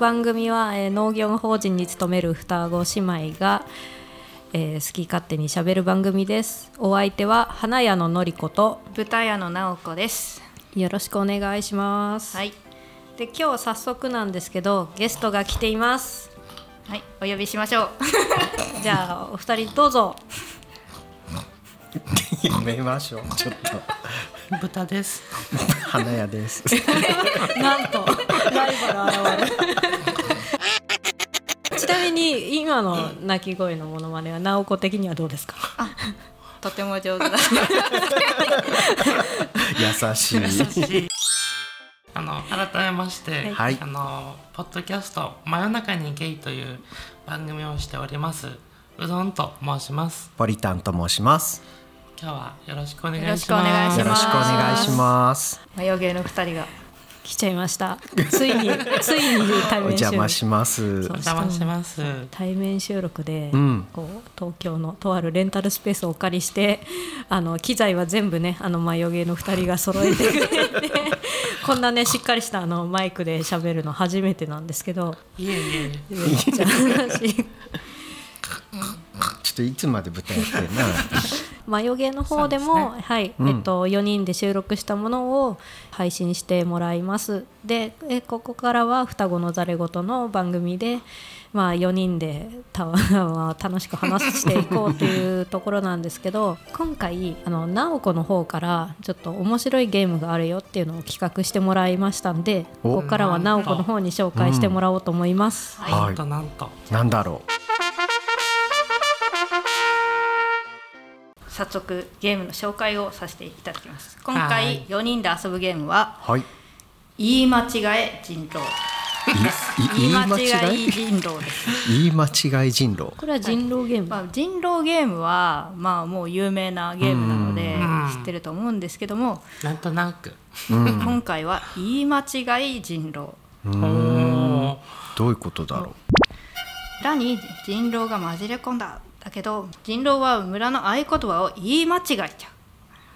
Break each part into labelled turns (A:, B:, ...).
A: 番組は、えー農業法人に勤める双子姉妹が、えー好き勝手にしゃべる番組ですお相手は花屋ののりこと
B: 豚屋の直子です。
A: よろしくお願いします、
B: はい、
A: で今日早速なんですけどゲストが来ています
B: はい、お呼びしましょう。
A: じゃあお二人どうぞ
C: やめましょう。ちょっと
D: 豚です。
C: 花屋 です。
A: なんとライバル現 れるちなみに今の鳴き声のモノマネは直子的にはどうですか
B: とても 上手だ。
C: 優しい。
D: あの改めまして、
C: はい
D: あのポッドキャスト真夜中にゲイという番組をしております。うどんと申します。
C: ポリタンと申します。
D: 今日はよろしくお願いし
B: よろ
D: ま
B: し
D: す。
B: くお願いし
C: よろ
B: ま
C: し
B: す
C: くお願いします。
B: 眉毛の二人が。
A: 来ちゃいましたついについに対
C: お
A: 面収
C: 邪魔
A: 録
C: します
D: お。邪魔します。
A: 対面収録で、
C: ん
A: こう東京のとあるレンタルスペースをお借りして あの機材は全部ねあの眉毛の2人が揃えてくれて こんなねしっかりしたあのマイクで喋るの初めてなんですけど
D: いえいえ。
A: めっちゃ話
C: ちょっといつまで舞台やってるな。
A: 眉毛の方で
D: そう
A: も
D: です
A: はい、
C: うん
A: えっと、4人で収録したものを配信してもらいますでえここからは双子のざれ言の番組で、まあ、4人でたまあ楽しく話していこうというところなんですけど 今回あの直子の方からちょっと面白いゲームがあるよっていうのを企画してもらいましたんで
C: お
A: ここからは直子の方に紹介してもらおうと思います。
C: はい
D: なんとなんと。
C: なんだろ
B: 早速ゲームの紹介をさせていただきます。今
D: は
B: 回
D: い
B: 四人で遊ぶゲームは
C: う。はい。い
B: 言い間違え人狼です。
C: い
B: 言い間
C: 言
B: 違
C: い
B: い人狼 です。
C: 間違い言い間違い人狼。
A: これは人狼ゲーム、
B: まあ人狼ゲームはまあもう有名なゲームなので
D: うん
B: 知ってると思うんですけども、
D: なんとなく。
B: 今回は言い間違い人狼。
D: おー
C: どういうことだろ
B: 村に人狼が混じり込んだだけど人狼は村の合言葉を言い間違えち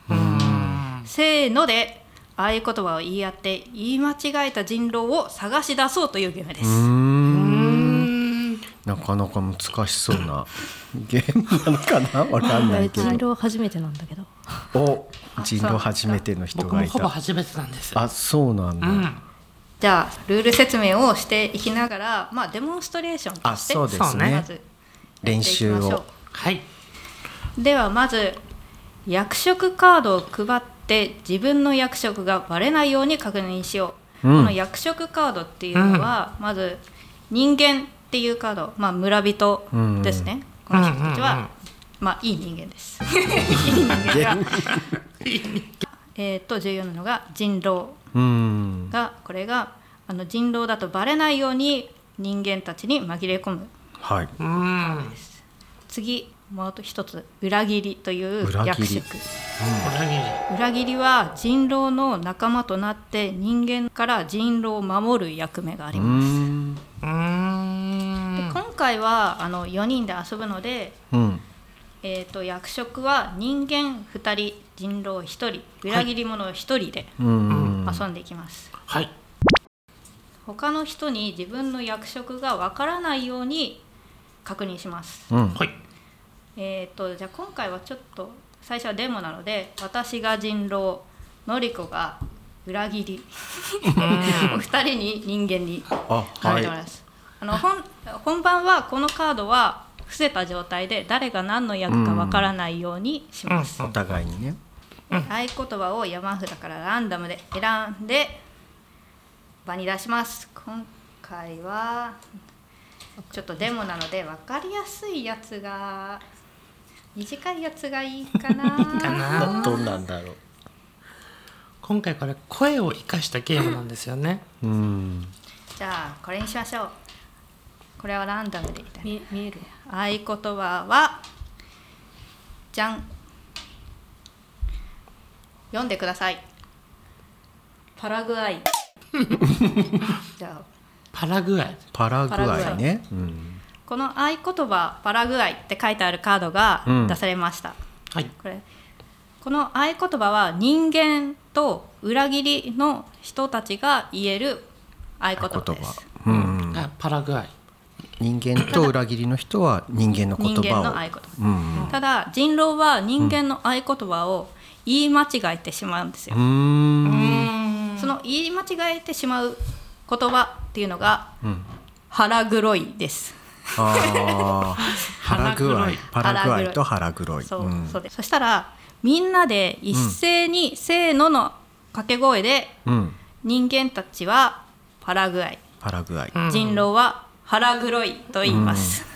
B: ゃうせーので合言葉を言い合って言い間違えた人狼を探し出そうというゲームです、
C: う。うーん。
D: うん。
C: なかなか難しそうなゲームなのかな。わかんないけ
A: 人
C: ど。
A: 狼初めてなんだけど
C: お、人狼初めての人
D: 僕
C: が
D: も
C: い
D: ほぼ
C: た。
D: 初めてなんです。
C: あ、そうなん
D: う
C: だ。
D: ん。
B: じゃあルール説明をしていきながらまあデモンストレーションと
C: あ、
B: して
C: そうで
D: そ
C: す
D: う
B: ま
C: ね
D: ね。
B: ず
C: 練習
B: やっていきましょ
C: を。
D: はい。
B: うではまず役職カードを配って自分の役職がバレないように確認しよう、
C: うん
B: この役職カードっていうのは、まず人間っていうカード、まあ、村人ですね、この人たちは、
D: うんうんうん
B: まあいい人間です いい人間がえーっと重要なのが人狼
C: うん。
B: がこれがあの人狼だとバレないように人間たちに紛れ込む
C: はい。
D: うん。
B: 次もうあと一つ裏切りという
C: 裏
B: 役
C: 切り
B: 職
D: 裏切り。
B: 裏切りは人狼の仲間となって人間から人狼を守る役目があり
C: う
B: ます、
C: ん。
D: うーん。
B: で今回はあの4人で遊ぶので、
C: うん。
B: えー、と役職は人間2人人狼1人裏切り者1人で
C: うん。
B: 遊んでいきます、
D: はい。
B: 他の人に自分の役職がわからないように確認します
C: うん。
D: はい。
B: えー、とじゃあ今回はちょっと最初はデモなので私が人狼のりこが裏切 りお二人に人間に
C: あ、
B: 考
C: は
B: え
C: い
B: ても。らいます、あの本本番はこのカードは伏せた状態で誰が何の役かわからないようにします、
C: お互いにね。
B: 合言葉を山札からランダムで選んで場に出します今回はちょっとデモなので分かりやすいやつが短いやつがいいかな
D: な
C: どうなんだろ
D: 今回これ声を生かしたゲームなんですよね。
C: う。うん。
B: じゃあこれにしましょうこれはランダムでいただき
A: 見見える
B: 合言葉はじゃん読んでください
A: パラグアイ
B: じゃあ
D: パラグアイ。
C: パラグ
B: パラ
C: アイ
B: グア
C: ね。うん。
B: この合言葉「パラグアイ」って書いてあるカードが
C: うん
B: 出されました、
D: はい。
B: これこの合言葉は人間と裏切りの人たちが言える合言葉です
C: うん。
D: パラグアイ
C: 人間と裏切りの人は人間の言葉を
B: 人間の合言葉
C: うん
B: ただ人狼は人間の合言葉を言い間違えてしまうんですよ
C: う、ん
B: その言い間違えてしまう言葉っていうのが
C: うん
B: 腹黒いです
C: ああ腹具合
B: 腹
C: 腹
B: 黒い
C: 具合と腹黒い
B: そう、
C: うん
B: そうですそしたらみんなで一斉にせーのの掛け声で
C: うん
B: 人間たちは腹具合
C: 腹具合
D: うん
B: 人狼は腹黒いと言います、
C: はい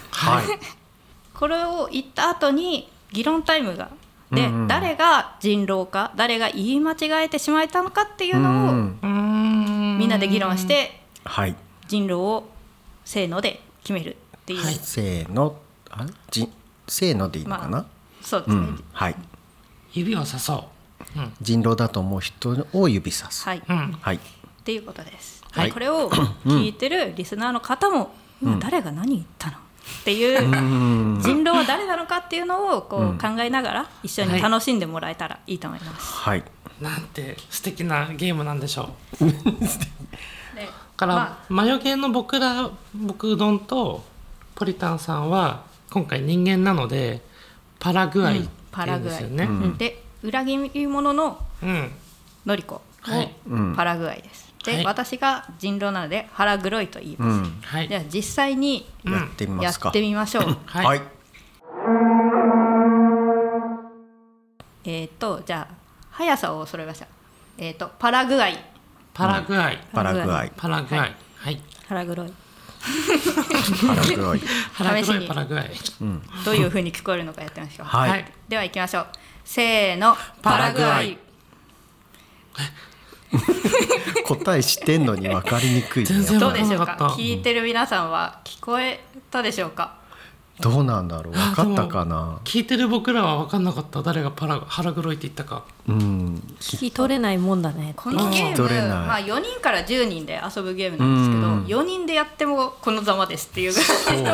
B: これを言った後に議論タイムがで、
C: うんうん
B: 誰が人狼か誰が言い間違えてしまったのかっていう
C: う
B: のを
C: ん
D: み
B: みんなで議論して
C: はい
B: 人狼をせーので決めるっていう、
C: せーのあじせーのでいいのかな
B: まそうで
C: う
B: すね、
C: んはい
D: 指をさそう、うん
C: 人狼だと思う人を指さす
B: はい、
D: うん
B: っ
C: はい
B: ていうことです、
C: はい
B: これを聞いてるリスナーの方も、今誰が何言ったのっていう、
C: うん
B: 人狼は誰なのかっていうのをこう考えながら一緒
D: は
B: に
D: い
B: 楽しんでもらえたらいいと思います。
C: はい
D: なんて素敵なゲームなんでしょう
B: で
D: だから、
B: ま
D: マヨゲーの僕ら僕うどんとポリタンさんは今回人間なのでパラグアイって
B: パ
D: い
B: ラ
D: うん
B: グ
D: で
B: ア
D: す
B: イ、
D: よね、うん
B: で裏切り者ののりこ
D: はい、
B: をパラグアイです。で、
D: はい
B: 私が人狼なので腹黒いと言いうます。
C: ん
D: はい
B: では実際に
D: ん
C: やってみ
B: や
C: ますか
B: ってみましょう。
C: は
D: は、
C: いい
D: は
C: はいい
B: えっとじゃあ速さを揃えました。えっ、とパラグアイ
D: パラグアイ
C: パラグアイ
D: パラグアイはい
A: 腹黒い
C: 腹黒い
D: パラ
B: 試
D: グ
B: し
D: アイ
B: に
D: パラグアイ
B: どういう風に聞こえるのかやってみましょう。
C: はい
B: では行きましょう。せーの
C: パラグアイ
B: パ
C: 答えしてんのに分かりにくいね
D: 全然
B: どうでしょう
D: わかんな
B: か
D: かった
B: 聞いてる皆さんは聞こえたでしょうか
C: どうなんだろう分かったかな
D: 聞いてる僕らは分かんなかった誰がパラ腹黒いって言ったか
C: うん
A: 聞き取れないもんだね
B: このゲー
C: 聞き
B: ム
C: 取れない
B: まあ、4人から10人で遊ぶゲームなんですけど4人でやってもこのざまですっていうぐらい
C: そうね
A: い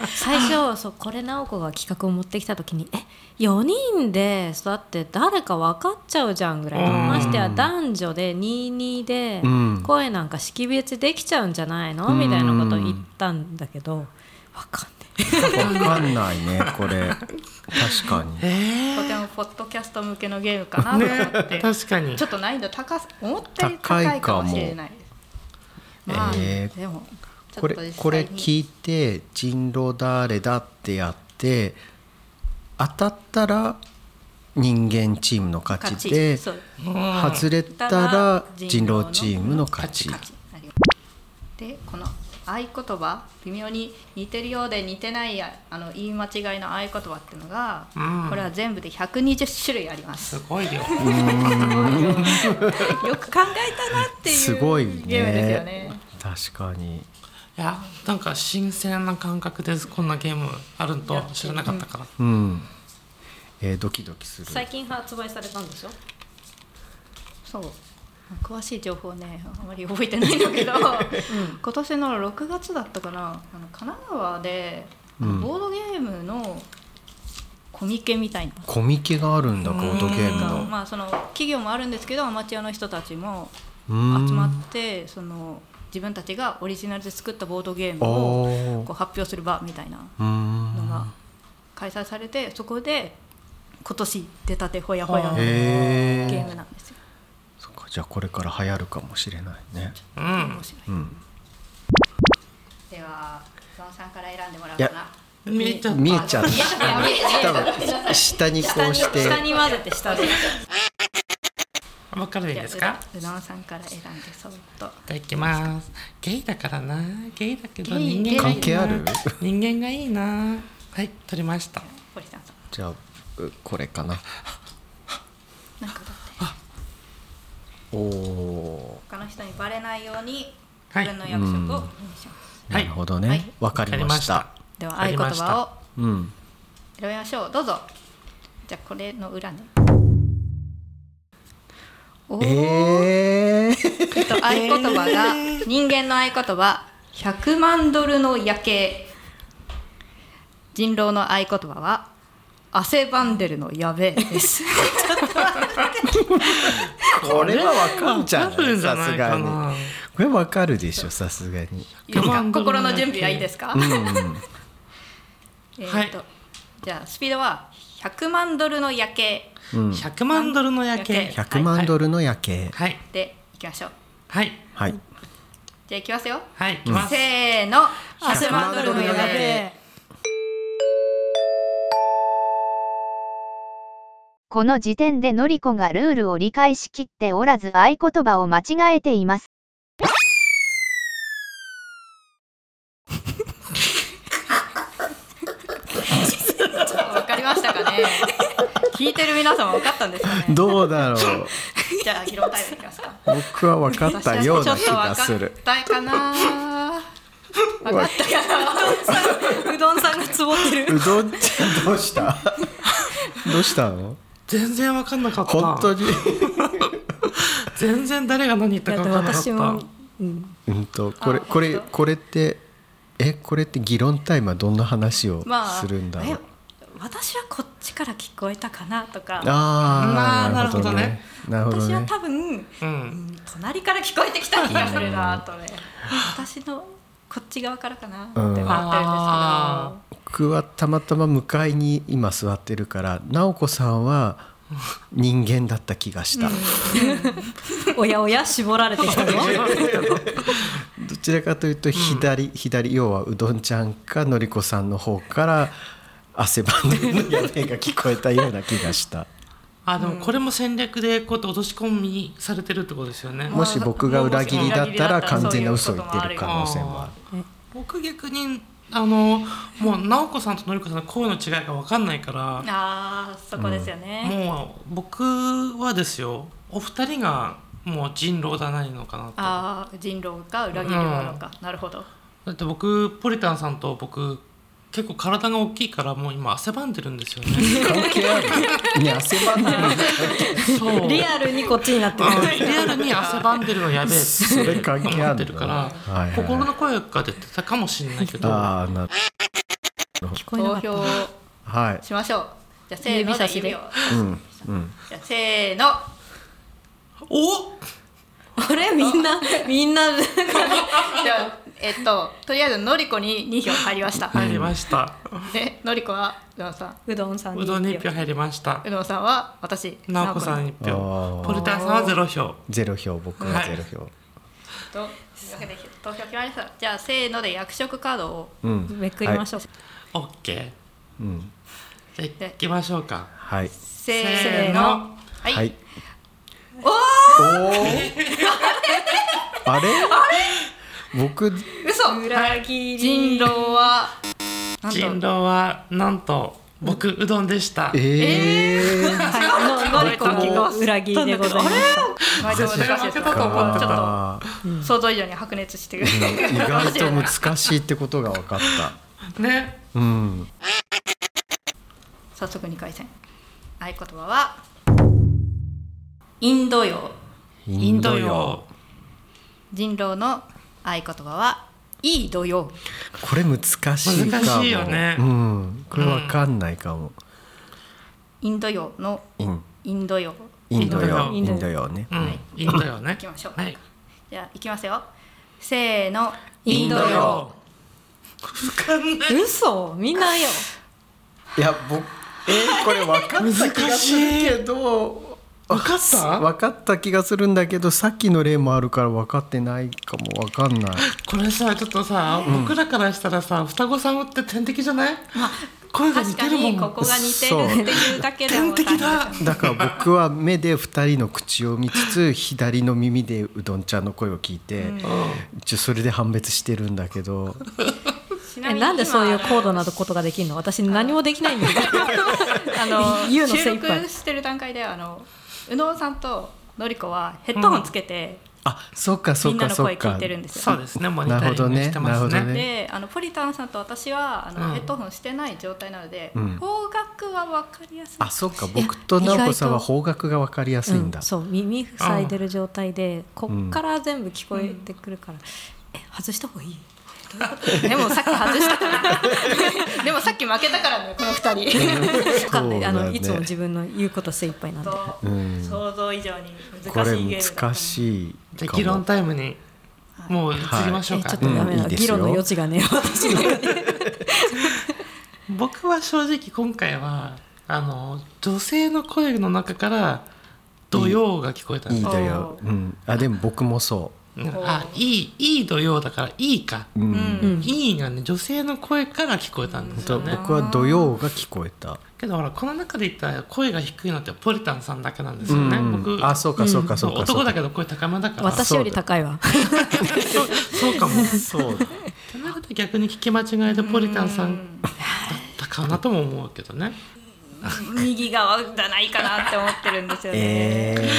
A: や最初そうこれ直子が企画を持ってきた時に「え4人でだって誰か分かっちゃうじゃん」ぐらい
D: うん
A: ましてや男女で22で
C: うん
A: 声なんか識別できちゃうんじゃないのみたいなことを言ったんだけど分かんない
C: 分かんないねこれ確かに
B: とてもポッドキャスト向けのゲームかなと思って、
D: 確かに
B: ちょっと難易度高さ思ったより高いかもしれないです
C: 高いかも
B: まあ、
C: えー
B: でもちょっ
C: ことれ
B: 実際に
C: これ聞いて人狼誰だってやって当たったら人間チームの勝ちで
B: そう
C: 外れたら人狼チームの勝ち
B: 勝ちありがとうでこの合言葉微妙に似てるようで似てないああの言い間違いの合言葉っていうのが、
D: うん
B: これは全部で120種類あります
D: すごい量
B: よく考えたなっていう
C: すごい
B: ゲームですよ
C: ね
B: ね。
C: 確かに
D: いやなんか新鮮な感覚ですこんなゲームあると知らなかったから、
C: うんえードキドキする
A: 最近発売されたんでしょ
B: そう詳しい情報ねあまり覚えてないんだけど、今年の6月だったかなあの神奈川で、あの
C: うん
B: ボードゲームのコミケみたいな。
C: コミケがあるんだボードゲームの
B: まあ、その企業もあるんですけどアマチュアの人たちも
C: 集
B: 集まってその自分たちがオリジナルで作ったボードゲームを
C: お
B: こう発表する場みたいなのが
C: ー
B: 開催されてそこで今年出たてほやほやのゲ
C: へ
B: ーム
C: え
B: なんですよ。
C: そっかじゃあこれから流行るかもしれない ね
D: うん
B: 面白い
C: うん
B: では、ゾンさんから選んでもらおう
C: い
B: か
C: や
B: な。
D: 見えちゃった
C: 見えちゃっ
B: いや
C: た
B: いやいや
C: 多分下にこうして
B: 下に混ぜて下で。
D: わかるんですか
B: うどんさんから選んでそっと。
D: いただきますゲイだからなゲイだけど
B: ゲイ
D: 人間がいい
C: 関
D: な
C: 係ある
D: 人間がいいなはい取りました
B: 堀さんさん。
C: じゃあうこれかな
B: なんかだって
C: おお
B: 他の人にバレないように
D: はい
B: 自分の役職を用意します。
C: ーなるほどね、
B: は
C: わ
B: い
C: かりました
D: わか
B: では
D: わ
B: 合
D: かり
B: 言
D: ました
B: 葉を
C: うん
B: 選びましょう。どうぞ。じゃあこれの裏ね。おー
C: えー、
B: えっと合言葉が人間の合言葉100万ドルの夜景人狼の合言葉は汗ばんでるのやべえですちょっと待
C: これはわかんじゃ
D: 多分
C: ん
D: じゃ
C: さ
D: な
C: す
D: いか
C: がにこれ
D: な
C: わかるでしょさすがに
B: いいですか
D: 100
B: 心の準備はいいですか、えーっと、
D: は
B: じゃあスピードは100万ドルの夜景
D: 100万ドルの夜景
B: 夜景
C: 100万ドルの夜景
D: はい
B: でいきましょう
D: はい
C: はい
B: じゃあいきますよ
D: はい行きます、
B: せーの
A: 100万ドルの夜景
E: この時点でのりこがルールを理解しきっておらず合言葉を間違えています。
B: わかりましたかね聞いてる皆様分かったんですかね
C: どうだろう
B: じゃあ披露タイムいきますか
C: 僕は分かったような気
B: 私は
C: が
B: ち
C: す
B: ょっと
C: る
B: 分かったかな分かったかなうどんさんがつぼってる
C: うどんちゃん どうしたどうしたの
D: 全然わかんなかった
C: 本当に
D: 全然誰が何言っ
A: い
D: た
A: や
D: か
A: で
D: わ
A: も
D: かんなかっ
A: 私も
D: た
C: うんとこれ
B: あ
C: これ
B: 本当
C: これってえこれって議論タイムはどんな話を
B: まあ
C: するんだろう、
B: え私はこっちから聞こえたかなとか
C: あ
D: まあ
C: ーなるほどねなるほど
B: 私は
C: ね
B: 多分
D: うん
B: 隣から聞こえてきた気がするなとね私のこっち側からかなって思ってるんですけど、
D: あ
C: 僕はたまたま向かいに今座ってるから直子さんは人間だった気がした、
A: おやおや絞られてきたぞ
C: どちらかというと左、左要はうどんちゃんかのりこさんの方から汗ばんでる屋根が聞こえたような気がした
D: あでもこれも戦略でこうやって脅し込みされてるってことですよね、
C: もし僕が裏切りだったら完全な嘘を言ってる可能性もある
D: 僕逆にあのもう直子さんとのりこさんの声の違いが分かんないから
B: あーそこですよね、
D: もう僕はですよお二人がもう人狼だなりのかなと
B: ああ人狼か裏切りなのか、なるほど
D: だって僕ポリタンさんと僕結構体が大きいからもう今汗ばんでるんですよね
C: 関係あるね汗ばんでる
D: そう
A: リアルにこっちになってくる
D: うんリアルに汗ばんでるのやべえって
C: それ関係
D: 思
C: あ
D: っ
C: る
D: てる
C: の
D: から、
C: はいはい
D: 心の声が出てたかもしれないけど
C: ああなる
A: 聞こえな
B: 投
A: かった
B: 票
C: はい
B: しましょうじゃあせーの
A: 指
B: で
A: 差しで
B: 指を
C: うんうん
B: じゃあせーの
D: お
A: あれみんなみんな
B: じゃあえっととりあえずのりこに2票入りました、
D: 入りました、
B: でのりこはうどんさん
A: うどんさん
D: う
A: に
D: どんに1票
A: 票
D: 入りました
B: うどんさんは私
D: 直子さん1
C: あ
D: 票
C: ー
D: ポルタンさんは0票
C: ゼロ票僕はゼロ票、
B: というわけで投票決まりましたじゃあせーので役職カードを
C: うん
A: めくりましょう、
D: オッケー
C: はい、うん
D: じゃあ行きましょうか
C: はい
B: せ
D: せ
B: ーの
D: ーの
B: はい、
C: はい
B: おー
C: おーあれ僕
B: 嘘
A: 裏切り
B: 人狼はなんと
D: 人狼はなんと僕うどんでした
C: ええ
A: はいののりこの裏切りでございました
B: 毎度難しいですちょっとちょっ
C: か
B: と想像以上に白熱してくる
C: 意外と 難しいってことが分かっ
D: ね
C: たうん
B: 早速2回戦合言葉はインド洋
D: インド洋
B: 人狼の合言葉はいい土曜
C: これ難しいかも
D: 難しいよね
C: うん、これ分かんないかも、
B: インド洋の
C: うん、
B: インド洋
C: インド洋
D: イ
C: イ
A: ンド洋
C: ンド洋ね
D: うんインド洋ね
B: 行きましょう
D: はい
B: じゃあいきますよせーの
A: インド洋
D: わかんない
A: 嘘みんなよ
C: いや僕えー、これ分かった気がするけど
D: 分かった
C: 分かった気がするんだけどさっきの例もあるから分かってないかも分かんない
D: これさちょっとさ僕らからしたらさ双子さんって天敵じゃない声が似
B: 確
D: て
B: か
D: るも
B: にこ
D: ん
B: こが似てるっていうだけでも
D: 天敵だ
C: だから僕は目で2人の口を見つつ左の耳でうどんちゃんの声を聞いて、一応それで判別してるんだけど
B: ち
A: えなんでそういう高度なことができるの私何もできないんだよ
B: あ の
A: 言うの
B: 収
A: 精一
B: 録
A: 杯
B: してる段階であの宇野さんとのりこはヘッドホンつけて、
C: あそうかそう
B: みんな
C: か
B: の
C: そ
B: 声
C: うか
B: 聞いてるんです
D: そ
B: よ
D: う。ですねモニタリングして
C: なる
D: ま
C: ほどねなる
D: す
C: ほど
D: ね
C: ね
B: であのポリタンさんと私はあの、
D: うん
B: ヘッドホンしてない状態なので、
C: ん
B: 方角は分かりやすい
C: あそうか僕と直子さんは
A: 意外と
C: 方角が分かりやすいんだ、
A: うんそう耳塞いでる状態でこっから全部聞こえてくるから、え外した方がいい
B: でもさっき外したからでもさっき間負けたからねこの二人
C: そうだね
A: あのいつも自分の言うこと精一杯なんで
B: と
C: うん
B: 想像以上に
C: こ
B: 難
C: れ
B: しいゲームだった
C: 難しい
D: じゃ
C: か
D: あ
C: も
D: 議論タイムにもう移りましょう
A: え
D: か、
A: ちょっとダメだ、
C: うんいいですよ
A: 議論の余地が ね私にはね
D: 僕は正直今回はあの女性の声の中から「土曜」が聞こえたん
C: いい
D: です
C: だよ、うん、あでも僕もそ
D: うんあいいいい土曜だから「いいか」
C: う、うん
A: うん
D: いい」がね女性の声から聞こえたんですよね
C: 僕は「土曜」が聞こえた、
D: けどほらこの中で言った声が低いのってポリタンさんだけなんです
C: う
D: よね、
C: ん
D: 僕
C: あそうかそうかそうかそう
D: 男
C: か
D: だけど声高めだから
A: 私より高いわ
D: そうそうかもそうってなると逆に聞き間違いでポリタンさんだったかなとも思うけどね
B: 右側じゃないかなって思ってるんですよね、
C: え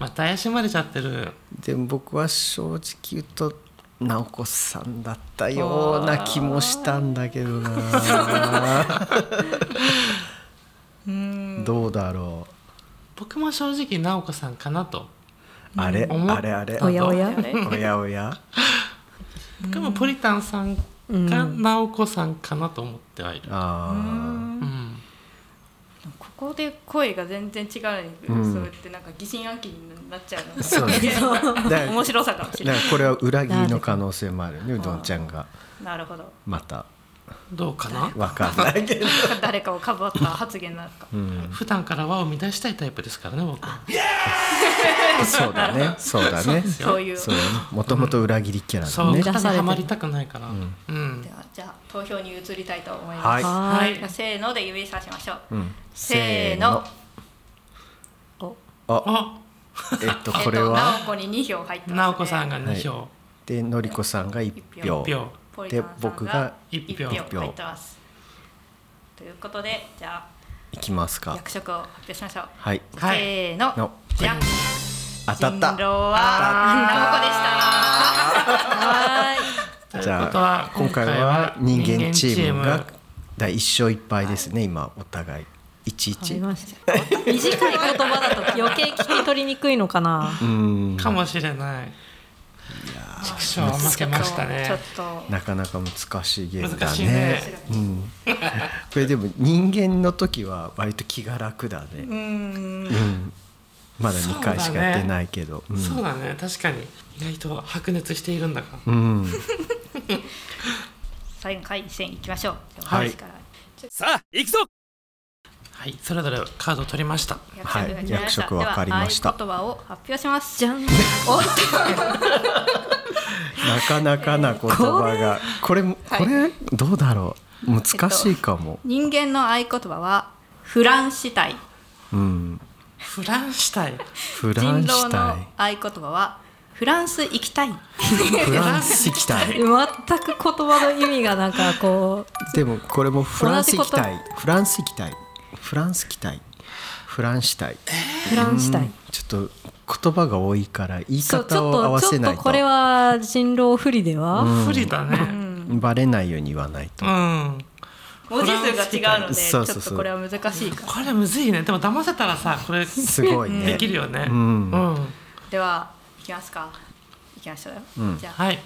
D: また怪しまれちゃってる
C: ー、でも僕は正直言うと直子さんだったような気もしたんだけどなどうだろ
D: 僕も正直直子さんかなと
C: うあれ
D: 思っ
C: あれあれ
A: おやおや
C: おやおや
D: 僕もポリタンさんか直子さんかなと思ってはいる、
C: あ
D: うん
B: ここで声が全然違うの
C: うん
B: に、そうやってなんか疑心暗鬼になっちゃうの
C: あ
B: が
C: そうねだから
B: 面白さかもしれ
C: だ
B: な
C: か
B: い
C: らこれは裏切りの可能性もあるねうどんちゃんが
B: なるほど
C: また
D: どうかな
C: わかんないけど
B: 誰かをかばった発言なのか
D: 普段から輪を乱したいタイプですからね僕
C: そうだねそうだね
B: そういう
C: そうもともと裏切りキャラ
D: そ
C: だ
D: う
C: ね
D: 肩にはまりたくないから、うん
B: ではじゃあ投票に移りたいと思います、
C: はい
A: は
B: じゃあせーので指さしましょう、
C: うん
B: せーの
A: お
C: あ
D: あ
C: えっと
B: えっ
C: ことれは
B: 直子に2票入ってます、ね、
D: 直子さんが2票、
C: でのりこさんが1票
D: 一票
B: ポリタンさん
C: で僕が
D: 一票
B: 一票入ってますということでじゃ
C: いきます
B: あ
C: か
B: 役職を発表しましょう、
C: はい
D: はい
B: せーの
C: の
B: じゃん
C: 当たっ
B: 人
C: た
B: 狼は直子でしたはーい
D: という
C: じ
D: こと
C: ゃ
D: は
C: あ今回は人間チームが
D: 人間チ
C: 第1勝1敗ですね今お互い
A: わかり
C: 11
A: ました短い言葉だと余計聞き取りにくいのかな
C: うん
D: ームかもしれない畜生は負けましたね
B: ちょっと
C: なかなか難しいゲーム
D: 難
C: だ
D: しい
C: ね
D: ね
C: うん、これでも人間の時は割と気が楽だね、
B: うーん
C: うんまだ2回しかやってないけどう,、
D: そうだね確かに意外と白熱しているんだが
C: ん、うん、
B: 最後回戦いきましょう
C: はい
B: 私から
F: さあ行くぞ
D: はいそれぞれカードを取りました
B: 役職が決まりました
C: はい役職分かりました
B: では合言葉を発表します
A: じゃん
B: おっ
C: なかなかな言 葉がこれもこれどうだろう難しいかも、
B: 人間の合言葉はフランシタイ
C: うん
D: フランしたい
C: フ
B: 人
C: ラン
B: 狼
C: ス
B: の
C: 対
B: 合言葉はフランス行きたい
C: フランス行 きたい
A: 全く言葉の意味がなんかこ
C: でもこれもフランス行きた
A: 同
C: いフランス行きたいフランス行きたいフランスたいう
A: フランス対
C: ちょっと言葉が多いから言い
A: そうち
C: 方
A: ょっ
C: を合わ
A: とち
C: せ
A: ょっ
C: な
A: と
C: いと
A: これは人狼不利では、
D: 不利だね
C: バレないように言わないと
D: う、ん
B: 文字数が違うのでち
C: そ
B: ょ
C: う
B: っ
C: そうそう
B: とこれは難しいか
D: これむずいねでも騙せたらさこれです
C: ごいね
D: きるよね
C: うん
D: うん
B: ではいきますかいきましょうよ、じゃあ
D: はい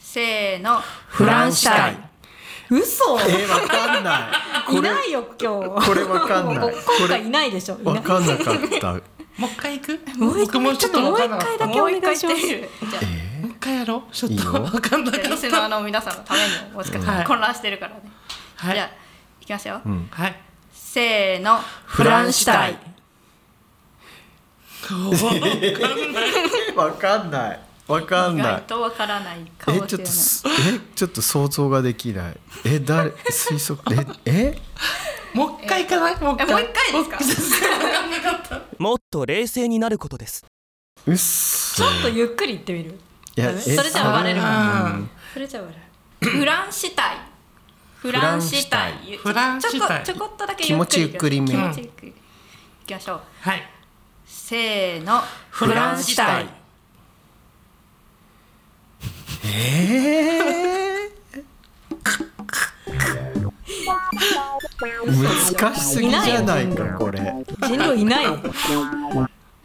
B: せーの
A: フランス
C: タ
A: タ
C: イ
A: イ嘘
C: えー、わかんな
A: い
C: いこれ
A: ないよ今日
C: これわかんない
A: もう 今回いないでしょいな
C: わ
A: い
C: かんなかった
D: もう一回行く
A: もう一
D: 僕も
A: 回
D: ち
A: ち
D: ょ
A: ょっ
D: っと
A: とも
D: わ
A: う
D: か
A: 一
D: んなかっ
A: 回
D: た
A: だ
D: も
A: けお願いし
B: も
A: ま
B: う一
A: す
B: 回言ってみるじゃ
D: う一回やろうちょっ
C: いい
D: と
C: よ
D: わかんなかっ
B: あリスナー
D: た
B: の皆さんのためにもしかした
D: は
B: ら
D: い
B: 混乱してるからね、
D: はい
B: じゃあいきますよ、
C: ん
D: はい
B: せーの
C: フランスタイわかんないわかん
B: 意
C: な
B: 外
C: い
B: とわからないか
C: え
B: もしれ
C: ちょっと
B: ない
C: すえちょっと想像ができないえ誰推測ええ
D: もう一回行かないもう
B: え
D: 一
B: もう
D: 回
B: 一回ですか
F: もっと冷静になることです
C: うっ
A: ち
C: そ
A: ょっとゆっくり言ってみる
C: いや
A: ダメ
C: え
A: それじゃあバレる
C: それ
D: うん
A: それじゃあ俺
B: フランシタイフランシタイ
D: フランシタイ
B: ちょこちょこっとだけ
C: 気持ちゆっくりめ
B: 気持ちゆっくりいきましょう
D: はい
B: せーの
D: フランシタイ
C: えー、難しすぎじゃないかこれ
A: 人狼いないよ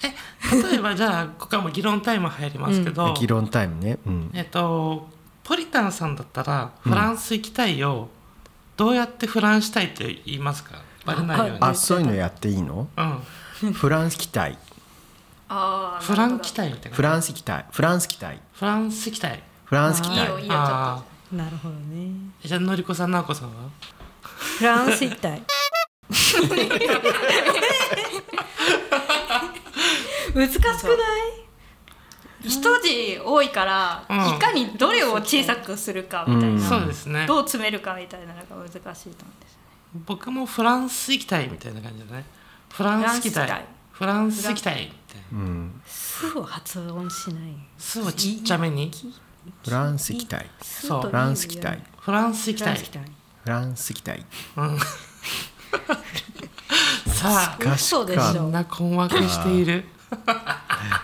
D: 例えば じゃあここはもう議論タイム入りますけど、
C: 議論タイムねうん
D: えっとポリタンさんだったら「フランス行きたいよ」どうやってフランしたいって言いますかバレないように
C: あそういうのやっていいの
D: うん
C: フランス期待
B: ああ
D: フラン期待みたいな
C: フランス期待フランス期待
D: フランス期待
C: フランス期
B: いい
C: 待
B: よいいよちょっ
D: あ
A: なるほどね
D: ーじゃあのりこさんなおこさんは
A: フランス一体難しくない
B: と一字多いから、
D: うん
B: いかにどれを小さくするかみたい
C: うん
B: な、
D: そうですね
B: どう詰めるかみたいなのが難しいと思うんです
D: 僕もフランス行きたいみたいな感じだねフランス行きたいフランス行きたいみたいな
C: うん
A: すを発音しない
D: すごいちっちゃめに
C: フランス期待
D: そう
C: フランス期待
D: フランス行き
A: フ
D: た
A: ラン
D: い
A: ス期待
C: フランス期待
D: さあ
A: 嘘でし
D: み
A: ょ
D: んな困惑している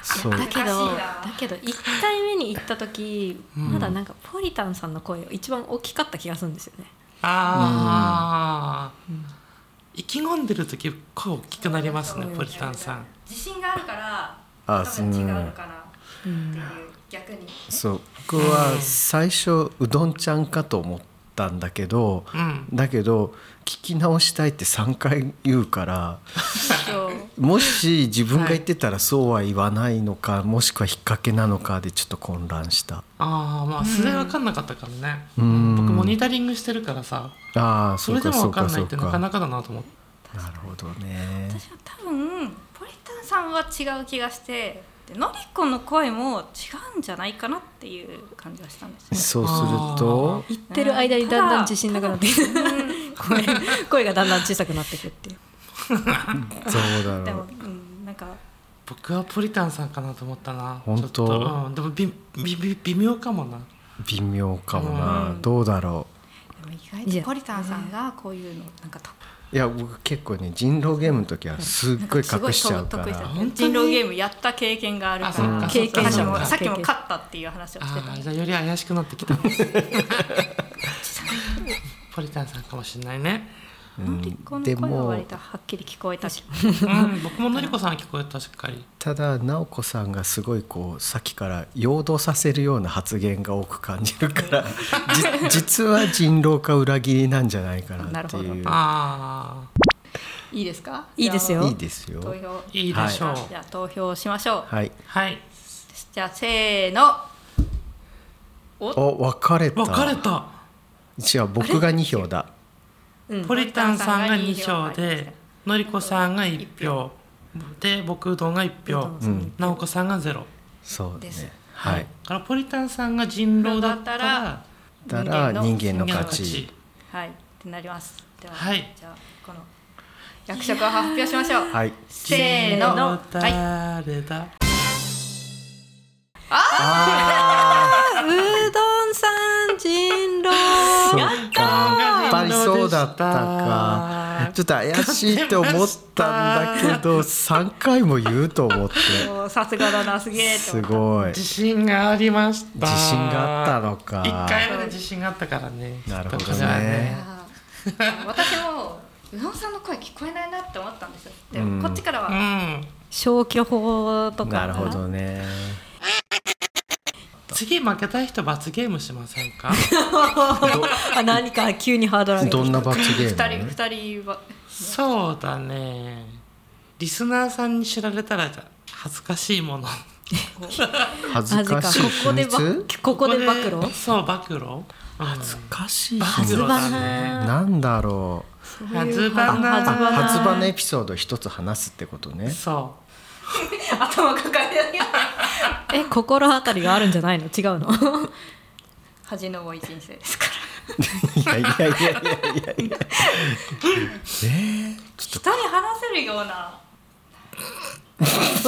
C: そう
A: だけ
B: 難
A: ど
B: しいな
A: だけど1回目に行った時まだなんかポリタンさんの声が一番大きかった気がするんですよね
D: ああ、意気込んでる時声大きくなりますねポリタンさん
B: 自信があるから
C: あ
B: 多分違うのかなっていう、逆 に
C: そう僕は最初うどんちゃんかと思ったんだけど、
D: うん
C: だけど聞き直したいって3回言うから
B: そう
C: もし自分が言ってたらそうは言わないのか、もしくは引っ掛けなのかでちょっと混乱した
D: ああまあそれ分かんなかったからね、
C: うん
D: 僕モニタリングしてるからさ
C: ああ
D: そ
C: そう
D: れで
C: か
D: も
C: そう
D: 分
C: か
D: かんな
C: そ
D: いうって
C: か
D: なかなかだなと思って
C: なるほどね
B: 私は多分ポリタンさんは違う気がしてでのりこの声も違うんじゃないかなっていう感じがしたんですよ
C: そうすると
A: 言ってる間にだんだん自信なくなってくる 声声がだんだん小さくなってくっていう
C: そうだ
B: で
C: ろ
B: も、
C: う
B: うん、なんか
D: 僕はポリタンさんかなと思ったな
C: 本当
D: ちょっと、うん、でもびびび微妙かもな
C: 微妙かもな、どうだろ
B: でも意外とポリタンさんがこういうのなんかと
C: ういや僕結構ね人狼ゲームの時はすっごい隠しちゃうか
B: 得意じゃ
C: ら
B: ん人狼ゲームやった経験がある
D: あそっ
B: か
D: からそっか
B: 私も
D: そっか
B: さっきも勝ったっていう話をしてたん
D: あー
B: で
D: じゃあより怪しくなって きたポリタンさんかもしれない ね、
B: のりこの
C: で
B: 声は
C: も
B: 割とはっきり聞こえたし
D: うん、僕ものりこさん聞こえたしっかり
C: ただ直子さんがすごいこうさっきから陽動させるような発言が多く感じるからじ実は人狼か裏切りなんじゃないかなっていう
D: あ
B: いいですか
A: いいですよ
C: いいですよ
B: 投票
D: あいいでしょう
B: じゃあ投票しましょう、
C: はい
D: はい
B: じゃあせーの
C: お別れた
D: 分かれた
C: 違う僕が2票だ
D: ポリタンさんが2票でのりこさんが1票で僕うどんが1票
C: ん
D: なおこさんが0
C: そう
B: で
C: ね
B: す
C: はい
D: だからポリタンさんが人狼だったら
C: だから人間
D: 人
C: の
D: 間の
C: 勝
D: 勝
C: ち
D: ち
B: はいってなりますでは、
D: はい
B: じゃあこの役職を発表しましょう、
C: はい
B: せーの
D: 人狼
B: はい
D: 誰だ、
C: あ
A: うどんさん人
C: あそ
A: 狼
C: うかやっぱりそうだった
D: や
C: か
D: った
C: ちょっと怪しいって思ったんだけど3回も言うと思って
B: おーさすがだなすげえ
C: す
B: と
C: ごい
D: 自信がありました
C: 自信があったのか
D: 1回目で自信があったからね
C: なるほ
D: ちょ
C: ど
D: っとこれは
C: ね
B: 私もうどんさんの声聞こえないなって思ったんですよでも、
C: うん
B: こっちからは、
D: うん
A: 消去法とか
C: なるほどね
D: 次負けた人罰ゲームしません か
A: あ何か急にハードル上げてき
C: ど
A: た
C: んな罰ゲ
B: 二
C: ー
B: 人
C: ム
B: 二人は
D: そうだねリスナーさんに知られたら恥ずかしいもの
C: 恥ずかしい
A: ここ
C: 秘
A: で
C: 密
A: ば
C: 恥
A: ここで暴露
D: そう暴露恥ず
C: ずかしい
D: 恥ずばね
C: なんだろう
D: 恥ずばな
A: 恥ずばな
C: 初バネエピソード一つ話すってことね
D: そ
B: 頭抱えながら
A: え心当たりがあるんじゃないの違うの
B: 恥の多い人生ですから
C: いやいやいやいやいやいや
B: 人に話せるような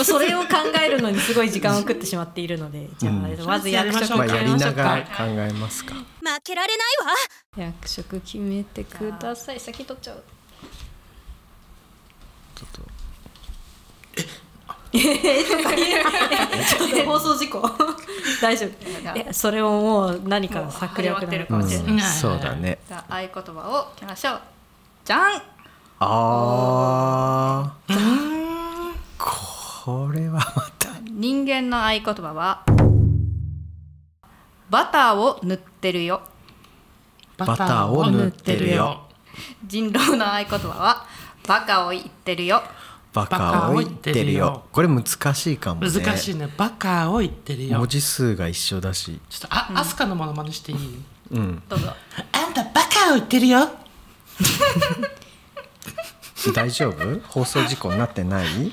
A: それを考えるのにすごい時間を食ってしまっているのでじゃあ、まず役職
D: ま
C: まあ
A: 決
C: や
A: め
C: り
A: ましょ
C: な
A: う
C: が
A: から
C: 考えますか
A: 役職決めてください先取っちゃう
C: ちょっと
A: ちょっと放送事故 大丈夫えそれをもう何か策略
B: もう始まってる
A: な
B: か
A: の
B: も
C: う
B: しれない
C: んそうだね
B: じゃあ合言葉を決めましょうじゃん
C: あーこれはまた
B: 人間の合言葉はバターを塗ってるよ
C: バターを塗ってるよ
B: 人狼の合言葉はバカを言ってるよ
C: バカを言ってるよこれ難しいかもね
D: 難しいねバカを言ってるよ
C: 文字数が一緒だし
D: ちょっとあ、アスカのモノマネしていい
C: うん
B: どうぞ
D: あんたバカを言ってるよ
C: 大丈 夫放送事故になってない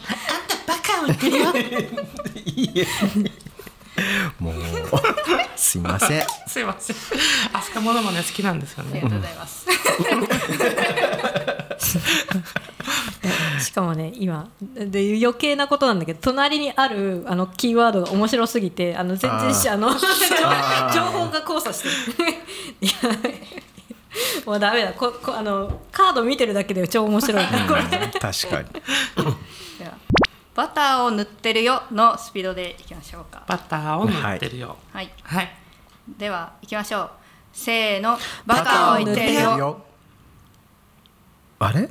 D: バカを言ってるよ
C: もうすいません
D: すいませんアスカモノマネ好きなんですよ
B: あり
D: ね
B: がとうござい ます
A: しかもね今で余計なことなんだけど隣にあるあのキーワードが面白すぎてあの全然しあ の情
C: あー
A: 報が交差してるいや もうダメだここあのカード見てるだけで超面白いなこれ
C: 確かに
B: ではバターを塗ってるよのスピードでいきましょうか
D: バターを塗ってるよ
B: はい
D: はい、
B: では行きましょうせーのバカを言ってるよ
C: あれ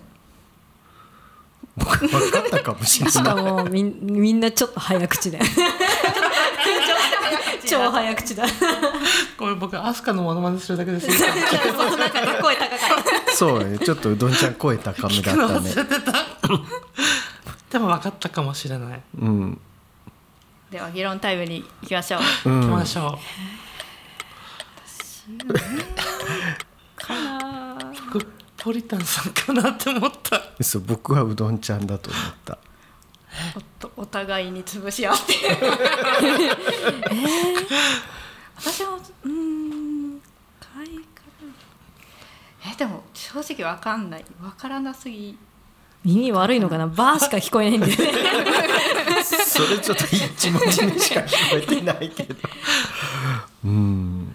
C: 僕分かったかもしれ
A: し
C: な
A: か
C: い
A: もみんみんなちょっと早口で 超早口だ
D: これ僕アスカのモノマネするだけです よ
A: そうなんか声高かった
C: そうねちょっとうどんちゃん声高め
D: 聞
C: だ
D: くの
C: った
D: 忘
C: ね
D: れてたでも分かったかもしれない
C: うん
B: では議論タイムに行きましょう
C: う
D: 行き
C: ん
D: ましょう 僕ポリタンさんかなって思った
C: そう僕はうどんちゃんだと思った
B: おっとお互いに潰し合って 私もうーん買いかなえでも正直わかんないわからなすぎ
A: 耳悪いのかなバーしか聞こえないんだよね
C: それちょっと一文字目しか聞こえてないけどうん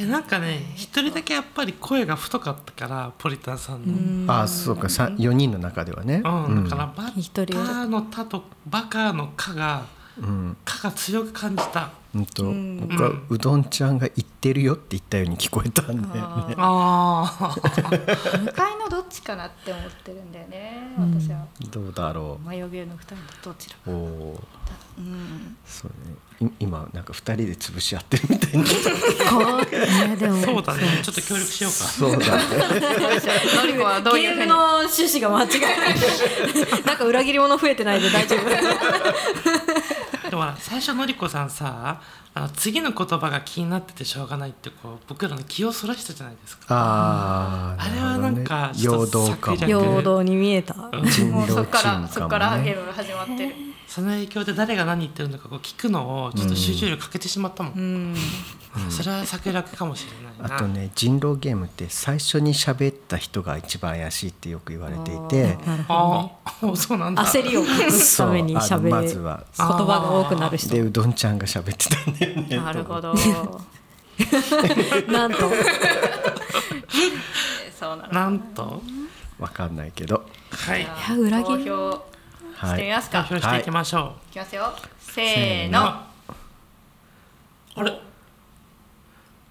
D: えなんかね一人だけやっぱり声が太かったからポリタンさんの
C: あそうかさ4人の中ではね
D: うん、だからバ
A: 一人
D: ッターの「タ」とバカーの「カ」が
C: うん
D: 「カ」が強く感じた
C: うんと僕はうどんちゃんが言ってるよって言ったように聞こえたんだよね
D: あ
B: 向かいのどっちかなって思ってるんだよね私は
C: どうだろ
B: 迷うの二人のどちら
C: うおー
B: うん
C: そうねい今なんか2人で潰し合ってるみたいな
A: こういやでも
D: あ そうだねちょっと協力しようか
C: そうだね
B: のりこはどう
A: ゲ
B: いう
A: ー
B: ふう
A: ム
B: に
A: の趣旨が間違いなんか裏切り者増えてないで大丈夫
D: でもほら最初のりこさんさあの次の言葉が気になっててしょうがないってこう僕らの気をそらしたじゃないですか
C: あー
D: あれは
C: るほどね
D: なんかちょっと
C: 陽動かも
D: 削除
A: 陽動に見えた
B: もうそっからそっ
C: 人狼
B: か
C: チームからもね
B: ゲームが始まってる
D: その影響で誰が何言ってるのかこう聞くのをちょっと集中力かけてしまったもん、 それは策略かもしれないな
C: あとね人狼ゲームって最初に喋った人が一番怪しいってよく言われていて
D: ああ そうなんだ
A: 焦りを隠すために
C: そうあの
A: 喋
C: ま
A: る
C: ず
A: 言
C: は
A: 葉が多くなる人
C: でうどんちゃんが喋ってたんだよね
B: なるほ ど
A: なんと
B: そうなの
D: なんと
C: わかんないけど
D: はい
A: や裏切り
B: 投票し
C: は
B: てみ
C: い
B: ます
D: 投
B: か
D: 票していきましょう、
B: いきますよせーの
D: あれ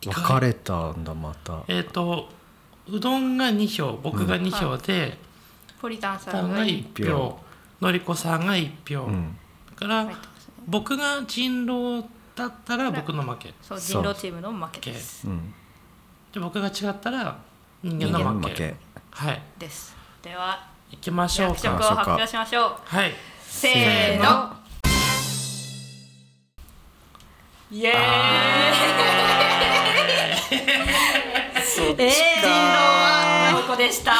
C: 分かれたんだまた
D: えっ、とうどんが2票僕が2票で、
B: ポリタン
D: さ
B: さ
D: ん
B: ん
D: が
B: がいい
D: 1票のりこさんが1票、
C: うん
D: だから
B: 入ってますね
D: 僕が人狼だったら僕の負け
B: そう
C: そ
B: 人
C: う
B: 狼チームの負けです
C: うん
D: で僕が違ったら人間
C: 人
D: の
C: 間
D: 負
C: の
D: け
C: 負け
D: はい
B: ですでは
D: 行きましょう
B: 役職を
D: か
C: そうか
B: 発表しましょう
D: はい
B: せ
D: ー
B: ーのイエーイ
A: え
B: 人狼はここでした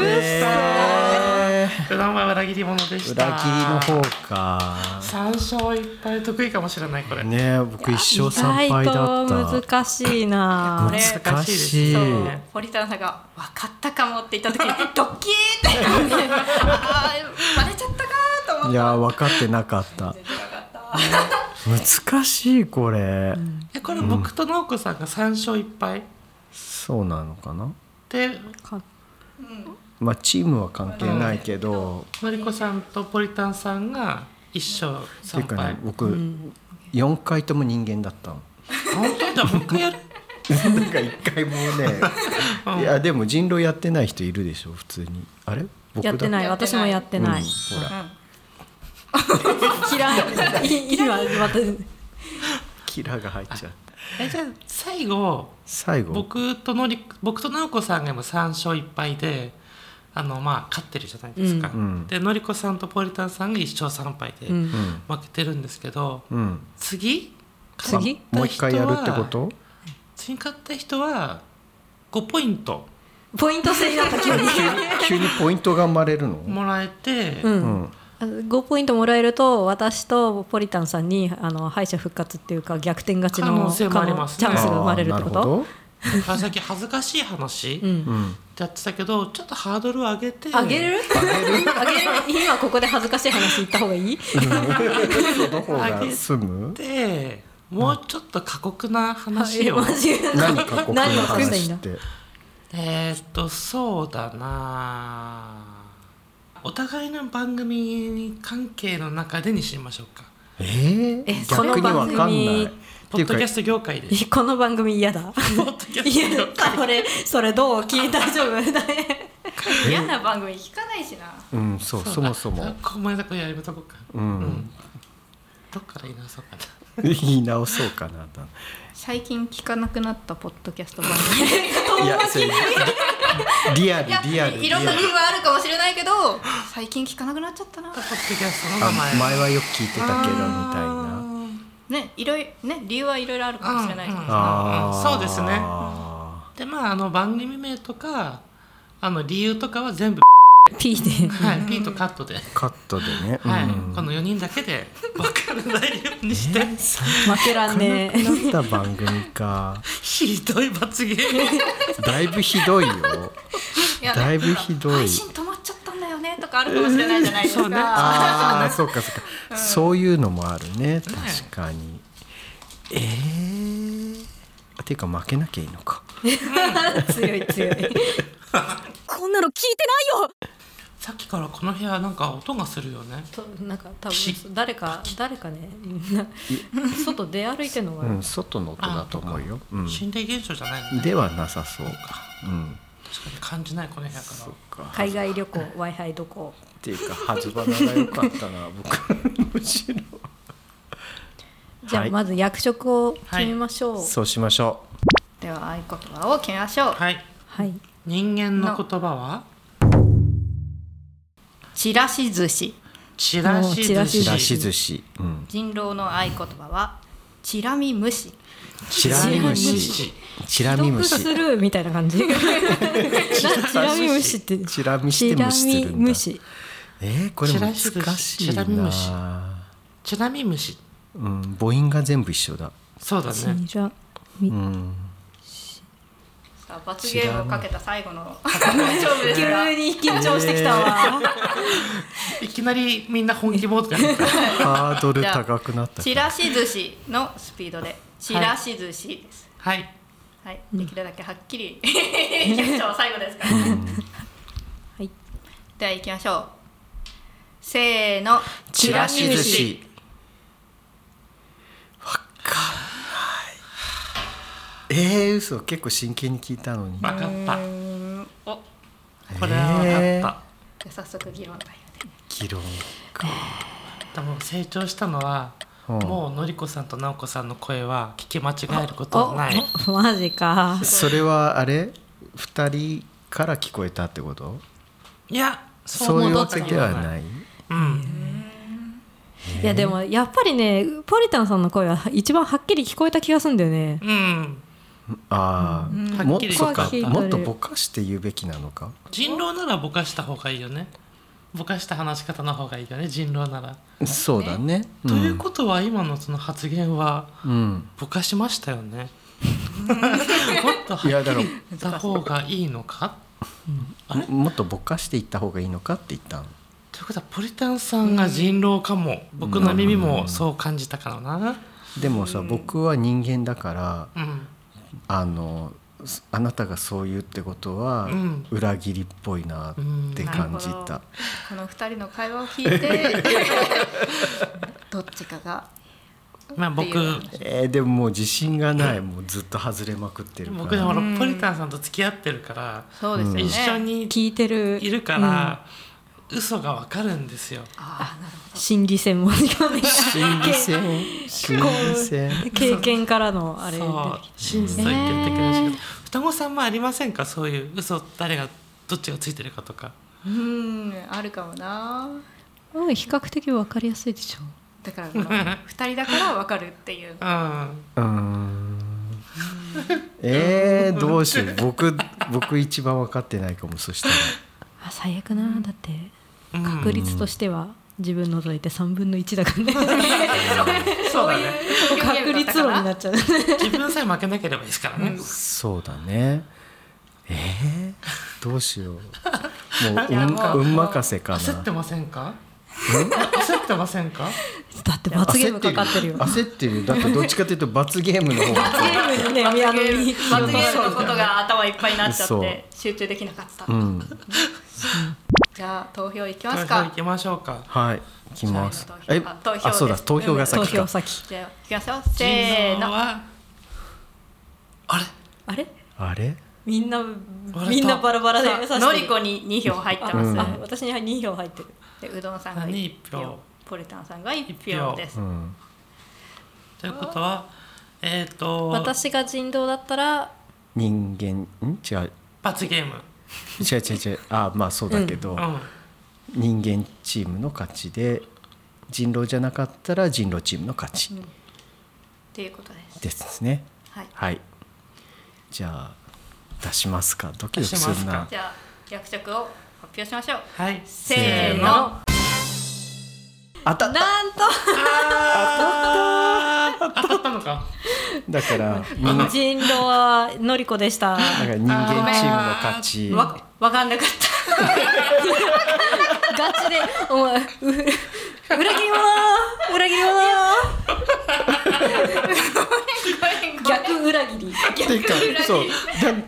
C: え
D: うどんは裏切り者で
C: ー
D: した
C: 裏切りの方か
D: 3勝1敗得意かもしれないこれ、
C: ねえ僕一生
A: 意
C: 参拝だ
A: 外
C: っ
A: と
C: た
A: 難しいな
B: これ
C: 難しい
D: 難しいです
B: そうポリタンさんが「分かったかも」って言った時にドッキーってあーバレちゃったかーと思っ
C: いや分かってなかった難しいこれ
D: えこれ僕と直子さんが3勝1敗
C: そうなのかな
D: で
C: まあチームは関係ないけど
D: のりこさんとポリタンさんが
C: っ
D: 1
C: てい
D: 勝
C: う
D: 3
C: か
D: 敗
C: ね僕4回とも人間だったの
D: 本当だもう一回やる
C: なんか1回もうねいやでも人狼やってない人いるでしょ普通にあれ僕だ
A: やってないい
B: やってない
A: 私もやってない
C: ほら
A: 嫌いい今また
C: キラが入っちゃう
D: えじゃあ最後
C: 最後
D: 僕とのり僕と直子さんがも3勝1敗であのまあ勝ってるじゃないですか、
C: うんうん
D: でのりこさんとポリタンさんが1勝3敗で
A: うん
C: うん
D: 負けてるんですけど、
C: うん
D: 次
A: 次
C: あもう一回やるってこと
D: 次勝った人は5ポイント
A: ポイント制になった急に、
C: 急にポイントが生まれるの
D: もらえて、
A: う
C: うんん
A: 5ポイントもらえると私とポリタンさんにあの敗者復活っていうか逆転勝ちの
D: 可能性もありますね
A: 可能チャンスが生まれるってこ
C: あーな
A: と、
C: ほ
D: あさっき恥ずかしい話っ
A: う
D: て
A: ん、
C: どうん
D: やってたけどちょっとハードルを上げて
A: あげるあげる今ここで恥ずかしい話言った方がいい
C: どこが住む
D: でもうちょっと過酷な話
A: え
D: を、
A: マジ
C: 何過酷な
A: 何を話したらいいん
C: 話
A: だ
C: って
D: えーっとそうだなお互いの番組に関係の中でにしましょうか
C: えー
A: えこの
C: 逆にわかんない
A: 番組
C: って
D: ポ
C: い
D: ッ
C: う
D: ド
C: か
D: キャスト業界で
A: この番組嫌だ
D: ポッドキャスト
A: 嫌だ
D: 業界
A: それそれどう聞いた大丈夫だね
B: 嫌な番組聞かないしな
C: うんそうそもそも
D: あごめんなさいこれやめとこうか
C: う
D: うんんどっから言い直そうかな
C: 言い直そうかなと
B: 最近聞かなくなったポッドキャスト番
C: いやそれリアル
B: 組いや
C: リアル
B: い
C: リ
B: ろ
C: ア
B: ん
C: ル
B: な理由はあるかもしれないけど最近聞かなくなっちゃったな
D: ポッドキャストの
C: あ
D: 名前
C: 前はよく聞いてたけどみたい
D: あ
C: な
D: ー
B: ねいろいね理由はいろいろあるかもしれないけど、
D: うんうん
C: あー
D: そうですねでまああの番組名とかあの理由とかは全部
A: P で
D: はいピンとカットで
C: カットでね
D: はい、
C: うん
D: この4人だけで分からないようにして、
A: 負けらんねえ
C: なった番組か
D: ひどい罰ゲーム
C: だいぶひどいよ
B: いやね
C: だいぶひどい
B: 配信止まっちゃったんだよねとかあるかもしれないじゃないですか、
C: ああそうかそうか、そういうのもあるね確かに、えー、っていうか負けなきゃいいのか
A: 強い 強いこんなの聞いてないよ
D: さっきからこの部屋なんか音がするよね
A: となんか多分誰か誰かねみんな外出歩いてるのが、
C: うん外の音だと思うよ、う
D: 心霊現象じゃないの
C: ん、ではなさそうかうん
D: 確かに感じないこの部屋から
C: そっか
A: 海外旅行 w i f i どこ
C: っていうか初花が良かったな僕むしろ
A: じゃあ
C: はい
A: まず役職を決めましょう
C: そうしましょ
B: では合言葉を決めましょう
D: はい
A: はい、
D: 人間の言葉は
B: ちらし寿司
D: ちらし
A: ち
D: 寿
A: ら
C: う
A: し
C: ち
D: 司
C: らし寿司うん
B: 人狼の合言葉はちらみ無視
C: ちらみ虫ちらみ
A: 読
C: 虫
A: するみたいな感じなチラ見虫って
C: チラ見して虫するん
A: チ
C: だ
A: ラ見虫
C: えー、これ難しい
D: ちらみ虫ち
C: な
D: ちなみ虫
C: うん母音が全部一緒だ
D: そうだね
A: チラ見
C: うん
B: さあ罰ゲームをかけた最後の 勝負ですが
A: 急に緊張してきたわ、
D: いきなりみんな本気モードで
C: ハードル高くなった
B: ちらし寿司のスピードでちらし寿司です
D: はい
B: はい、できるだけはっきりいきましょう最後ですから、
A: はい
B: では行きましょうせーの
C: ちらし寿司わかんないえー、嘘結構真剣に聞いたのに
D: 分かった
B: お
D: これは分かっ
B: じゃあ早速議論だよね
C: 議論
D: た、でも成長したのは、
C: うん
D: もうのりこさんとなおこさんの声は聞き間違えることはない
A: マジか
C: それはあれ二人から聞こえたってこと
D: いや
C: そういうわけでは
D: いう
C: ない
D: うん
A: いやでもやっぱりねポリタンさんの声は一番はっきり聞こえた気がするんだよね
D: うん
C: ああ、
D: うん
C: も
D: は
C: っ
D: っ
C: と
D: きり
C: そっか
A: 聞いた
C: もっとぼかして言うべきなのか
D: 人狼ならぼかした方がいいよねぼかした話し方の方がいいよね人狼なら、
C: そうだね
D: ということは今のその発言は
C: とうん
D: ぼかしましたよ ねもっとはいっ
C: やだろ
D: きり言った方がいいのか
C: ももっとぼかしていった方がいいのかって言ったの
D: ということはポリタンさんが人狼かも、僕の耳もそう感じたからな
C: でもさ僕は人間だから
D: うん
C: あのすあなたがそう言うってことは、
D: うん
C: 裏切りっぽいなって感じ
B: うんなる
C: た
B: ほ、この二人の会話を聞いてどっちかが
D: まあ僕
C: えーでももう自信がない、もうずっと外れまくってるか
D: 僕で
C: ら
D: もポリタンさんと付き合ってるから、
B: そうですよね
D: 一緒に
A: 聞いてる
D: いるから、嘘がわかるんですよ
A: 心理専門家ね
C: 心理戦心理戦
A: 経験からのあれで
D: そう真実を言ってってくれるし、双子さんもありませんかそういう嘘誰がどっちがついてるかとか
B: うんあるかもな
A: うん比較的わかりやすいでしょ
B: だからこの二人だから分かるっていう
D: うん
C: うーんえー、どうしよう僕僕一番分かってないかもそしたら
A: あ最悪なだって
D: うん
A: 確率としては自分除いて3分の1だからね
D: そうだね
A: 確率論になっちゃう
D: 自分さえ負けなければいいですからね、
C: そうだねえー、どうしようも
D: いやもう
C: う運運任せかな
D: 焦ってませんか焦ってませんか
A: だって罰ゲームかかってるよ
C: 焦ってるよだってどっちかというと罰ゲームの方が
A: ゲームにねあの
B: 罰ゲー
A: いい
B: ム罰ゲームのことが頭いっぱいになっちゃっ
C: そう
B: て集中できなかった、
C: うん
B: じゃあ投票いき
D: 投
B: ます
D: 票行
B: か
D: きましょうか
C: はい行きます
B: じ
C: え
B: ゃあ投票
C: あそうだ
B: です
C: 投票が
A: 投
C: 先
A: 票
C: か
A: 先
B: じゃあいきますよせー
D: 腎臓
B: の
D: はあれ
A: あれ
C: あれ
A: みんな
D: た
A: みんなバラバラで
B: さあのりこに二票入って
A: あ
B: ます、
C: うん
A: あ私に2票入ってる
B: でうどんさんが
D: 何
B: 一
D: 一
B: 票
D: 票
B: ポリタンさんが一票です
C: うん
D: ということはえっ、ー、と
A: 私が人道だったら
C: 人間ん違う
D: 罰ゲーム
C: 違う違う違うあまあそうだけど、
D: うん
C: 人間チームの勝ちで人狼じゃなかったら人狼チームの勝ち
B: っていうことです
C: ですね、
B: はい
C: はいじゃあ出しますかドキドキす
D: 出し
C: る
D: ま
C: な
D: す
B: じゃあ役職を発表しましょう
D: はい
B: せ
C: ー
B: ー
C: の
B: の
C: 当たった
A: なんと
D: あー当たったのか
C: だから人だか
A: 人狼はのりこでした
C: ら人間チームの勝ち
B: わわかんなかった
A: ガチでお前う裏切り者裏切り者逆裏切り
C: っていうかそう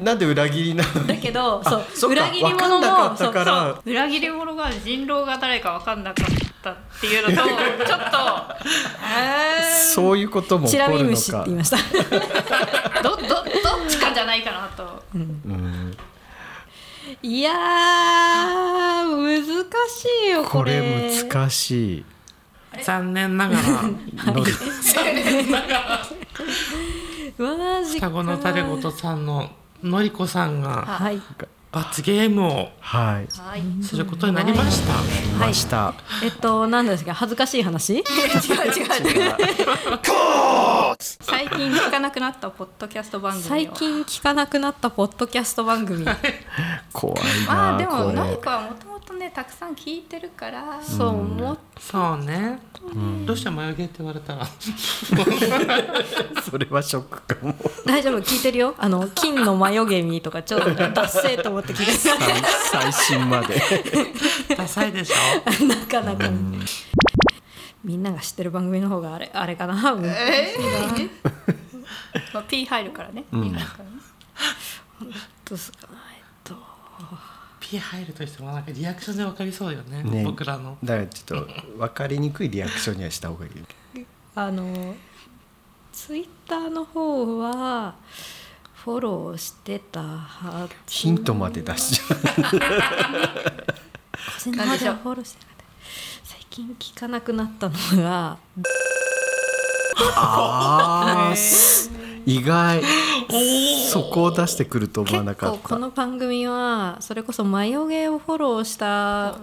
C: ななんで裏切りなの
A: だけどそう
C: そっか
A: 裏切り者
C: わかんなか
A: も
C: っ
A: そ
C: たか
A: う
C: ら
B: 裏切り者が人狼が誰か分かんなかったっていうの とちょっと
C: そういうこと も
A: そうチ
C: 起
A: ラ
C: こ
A: 見
C: るの
A: 虫って
C: か
A: 言いました
B: どどどっちかじゃないかなと
C: うん
A: いやー難しいよこ
C: こ
A: れ
C: れ難しい
D: 残念ながら
C: のり
A: マジか
D: 双子のタレごとさんののりこさんが
A: はい
D: 罰ゲームを
C: はい
B: はい
D: することになりました、
C: 出ました
A: えっと何ですか恥ずかしい 話
B: 最近聞かなくなったポッドキャスト番組 を
A: 最近聞かなくなったポッドキャスト番組
C: 怖い
B: ま
C: な
B: あでも
C: こ
B: 何
C: れ
B: かはもともとねたくさん聞いてるから
A: そう思っ
D: そうね、どうして眉毛って言われたら
C: それはショックかも
A: 大丈夫聞いてるよあの金の眉毛にとかちょっと達成と思って 聞いてる
C: 最新まで
D: ダサいでし ょ
A: なかなか、みんなが知ってる番組の方があれあれかな、うん
B: まあ、P 入るからね、P 入るからね
A: どうすかえっと
D: P 入るとしてもなんかリアクションでわかりそうよね
C: ね
D: 僕らの
C: だからちょっと分かりにくいリアクションにはした方がいいよ
A: あのツイッターの方はフォローしてたはず
C: ヒントまで出しちゃう
A: 個人的にはフォローしてなかった最近聞かなくなったのが
C: あー 意外そこを出してくると思わな
A: 結
C: か
A: 構
C: っ
A: こ
C: た
A: の番組はそれこそ眉毛をフォローした後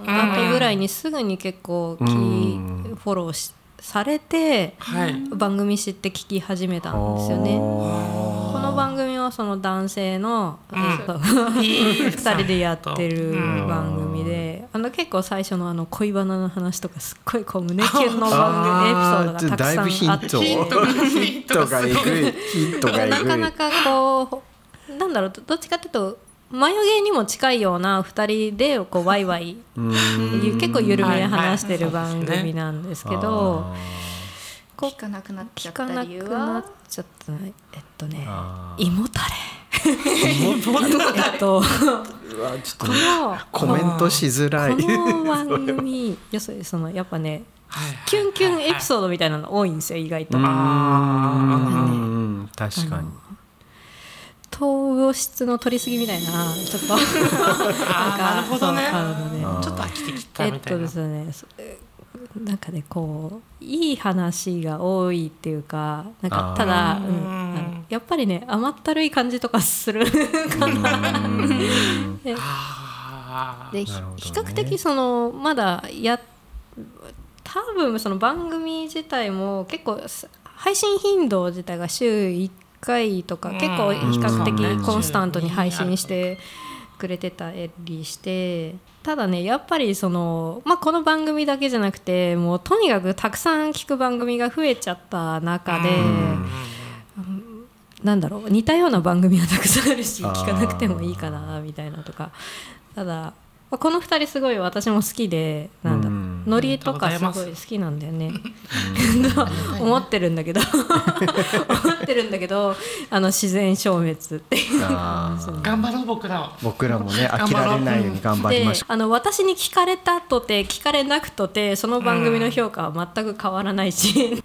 A: ぐらいにすぐに結構き
C: うん
A: フォローしされて
D: はい
A: 番組知って聞き始めたんですよね。
C: あ
A: この番組はその男性の、
D: ん
A: えっと二人でやってる番組で、あの結構最初のあの恋バナの話とかすっごいこう胸キュンの番組エ
C: あ
A: ピソー
C: ー
A: ドが
C: だい
A: た
C: ぶ
A: く
C: ヒ
A: さんあ
C: ン
A: って
C: トヒントがえぐいヒントがえぐ
A: ないかなかこうなんだろうどどっちかっていうと眉毛にも近いような2人でこうワイワイ
C: うーん
A: ゆ結構緩め
D: はい
A: に
D: はい
A: 話してる
D: そう
A: 番
D: ですね
A: 組なんですけど、
C: あー
A: こ
B: 聞かなくなっちゃ
A: 聞
B: っ
A: か
B: た
A: なく
B: 理由
A: なっ
B: は
A: ちゃったねえっとね
C: あ
A: 胃もたれ。 えっと、この
C: コメントしづらい
A: この番組要するにそのやっぱね
D: はい
A: キュンキュンエピソードみたいなの多いんですよ意外と。
C: うーん
D: あ
C: 確かに
A: 糖質の取りすぎみたいなち ょっとなん
D: なるほどね
A: そうあのね
C: あー
D: ちょっと飽きてきた
A: え
D: み
A: ったと
D: いな、
A: ですねそえなんかねこういい話が多いっていうかなんか
C: あー
A: ただ、うん
D: うーん
A: あのやっぱりね甘ったるい感じとかする
C: うん
D: あー
A: で、ひ
C: なるほどね
A: 比較的そのまだや多分その番組自体も結構す配信頻度自体が週1回とか
D: うん
A: 結構比較
C: うん
A: 的コンスタントに配信してくれてたりしてただねやっぱりその、まあ、この番組だけじゃなくてもうとにかくたくさん聞く番組が増えちゃった中で。
C: うん
A: なんだろう似たような番組はたくさんあるし
C: あー
A: 聞かなくてもいいかなみたいなとかただ、まあこの2人すごい私も好きでなんだろう
C: うん
A: ノリとかすごい好きなんだよね 思ってるんだ けど思ってるんだけどあの自然消滅っていう
C: あー
D: 頑張ろう僕らを
C: 僕らもね飽きられないように頑張り
A: で
C: ましょ
A: あの私に聞かれたとて聞かれなくとてその番組の評価は全く変わらないし、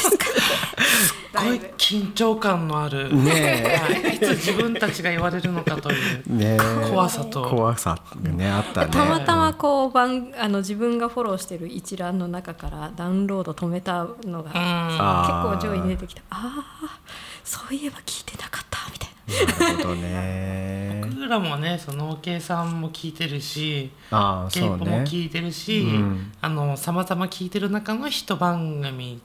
D: すごい緊張感のある、
C: うね
D: はいいつ自分たちが言われるのかという
C: えねえ
D: 怖さと
C: 怖さがねあった ね
A: たまたまこう番あの自分がフォローしてる一覧の中からダウンロード止めたのが
D: うん
A: 結
C: あー
A: 構上位に出てきたああそういえば聞いてなかったみたいな
C: なるほどね
D: 僕らもねその OK さんも聞いてるし
C: ああ
D: k p
C: そ
D: o
C: う
D: p も
C: ね
D: 聞いてるし、
C: うん
D: あのさまざま聞いてる中の一番組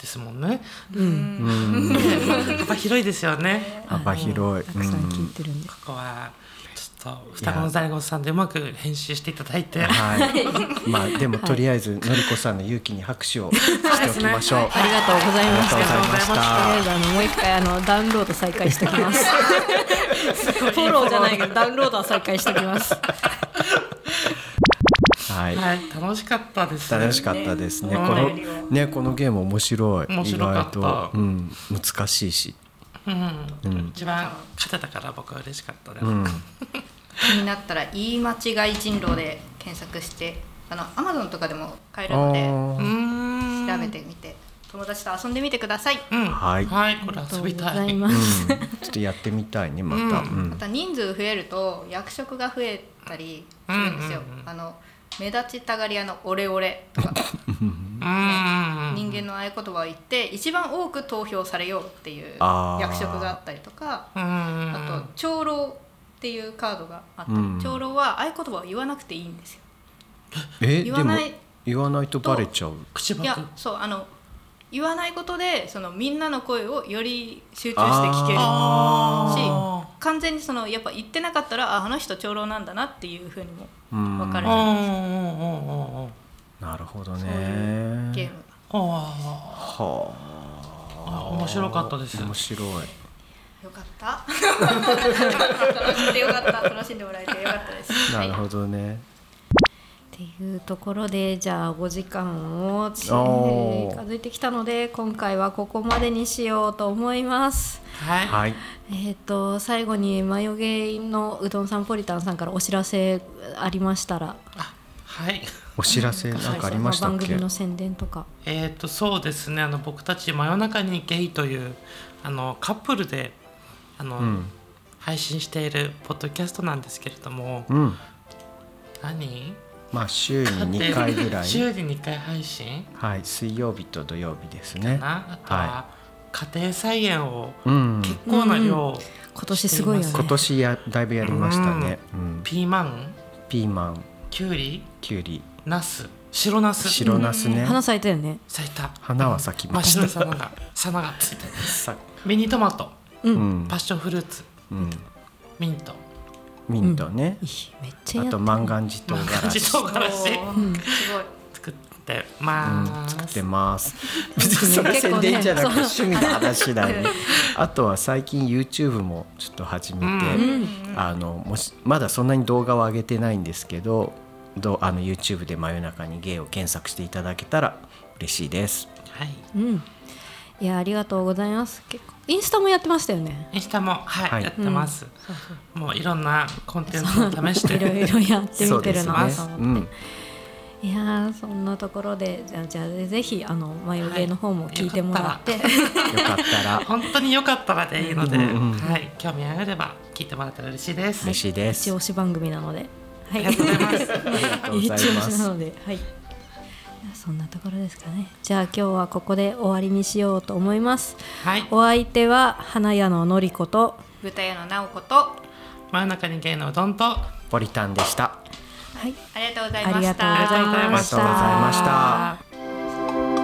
D: ですもんね、
C: うん
D: やっぱ広いですよね
C: 幅広い
A: たくさん聞いてるんで、
D: ここはちょっと双子の在庫さんでうまく編集していただいて
C: はい、まあでもとりあえずのりこさんの勇気に拍手をしておきましょう。
A: ありがとうございました
C: ありがとうございまし
A: と
C: た
A: りあえずあのもう一回あのダウンロード再開しておきますフォローじゃないけどダウンロードは再開しておきます
C: はい、
D: はい、楽しかったです
C: 楽しかったですね。こ
D: うん
C: のねこのゲーム面白い。
D: 面白かった
C: 意外と、うん、難しいし、
D: うん一番勝てたから僕は嬉しかったです、
C: うん、
B: 気になったら言い間違い人狼で検索してあのアマゾンとかでも買えるので
D: うーん
B: 調べてみて友達と遊んでみてください、
D: うん
C: はい
D: はい、これ
A: ありがと
D: 遊
A: うご
D: びた
A: ざ
D: い
A: い
D: い
A: ます、
C: ーうんちょっとやってみたいねまた。うん
B: また人数増えると役職が増えたりするんですよ、あの目立ちたがり屋のオレオレとか
D: うん
B: 人間の合言葉を言って一番多く投票されようっていう
C: あー
B: 役職があったりとか
D: うん
B: あと長老っていうカードがあったり、
C: うん
B: 長老は合言葉を言わなくていいんですよ
C: え
B: 言
C: で
B: わ
C: も
B: ない
C: 言わないとバレちゃう。
D: 口
B: い
D: ばく
B: やそうあの言わないことでそのみんなの声をより集中して聞ける
D: あ
B: し完全にそのやっぱ言ってなかったらああの人長老なんだなっていうふうにも
C: うん
B: 分かる
D: うんうんうんうんうん
C: なるほど
B: ゲー
C: ね。
B: ム
D: あ
C: は
D: あ面白かったです
C: あ面白い。
B: よかった 楽しくてよかった楽しんでもらえてよかったです
C: なる
B: はい
C: ほどね。
A: っていうところでじゃあ5時間を近
C: おー
A: づいてきたので今回はここまでにしようと思います。
D: はい、
C: はい。
A: えー、と最後にマヨゲイのうどんさんポリタンさんからお知らせありましたら
D: はい
C: お知らせなんかありました
A: はい
C: っ
A: 番
C: け
A: 組？の宣伝とか
D: えっ、とそうですねあの僕たち「真夜中にゲイ」というあのカップルであの、
C: うん
D: 配信しているポッドキャストなんですけれども、
C: うん。
D: 何
C: まあ週に2回ぐ らい。
D: 週に2回配信
C: はい、水曜日と土曜日ですね。
D: なあとは、
C: は
D: 家庭菜園を
C: うん、
D: 結構な量、
A: 今年すごいよね
C: 今年やだいぶやりましたね。うん、
D: ピーマン
C: ピーマン、
D: きゅうり
C: きゅうり、
D: ナス白ナス
C: 白ナスね。
A: 花咲いたよね
D: 咲いた
C: 花は咲き
D: 真
C: ま
D: っ
C: した
D: 白い。さながさながついて
C: さ
D: ミニトマト
C: うん
D: パッ、ションフルーツ
C: うん、
D: ミント
C: ミントね
A: い。いめっちゃ
C: あ
A: やった
C: と万願寺唐辛
D: 自
C: 子
D: 動から
B: お
D: し
B: ーすごい
D: 作ってま
C: 作っ
D: す、
C: てます。別にそれ
A: 結構
C: 宣
A: ね
C: 伝じゃなく
A: そ
C: 趣味の話だよね。 あとは最近 YouTube もちょっと始めて、あのもしまだそんなに動画を上げてないんですけど、どうあの YouTube で真夜中に芸を検索していただけたら嬉しいです。
D: はい
A: うんいやありがとうございます結構インスタもやってましたよね
D: インスタも、はい
C: はい
D: やってます、もういろんなコンテンツを試し
A: いろ
D: て
A: いろやってみてる
C: そう
A: な
C: で
A: と
C: す
A: 思って、
C: ね。うん、
A: いやーそんなところでじゃあじゃあぜひあの眉毛の方も聞いてもらって、
C: よかったら
D: 本当によかったらでいいので、
C: うんうん
D: はい、興味あれば聞いてもらったら嬉しいです。
C: 嬉しいで
A: 一
C: す。
A: 押し番組なので、はい、
D: ありがとうございます。
C: ありがとうご
A: 一
C: ざ
A: 押
C: い
A: し
C: ます
A: な。ので、はい。そんなところですかね。じゃあ今日はここで終わりにしようと思います。
D: はい、
A: お相手は花屋ののりこと
B: 豚屋の直子とあ
D: 真ん中に芸のうどんと
C: ポリタンでした。
A: はい、
B: りがとうござい
A: あ
B: ま
A: りが
B: し
A: とう
B: た。
A: ございま
C: ありがとうございました。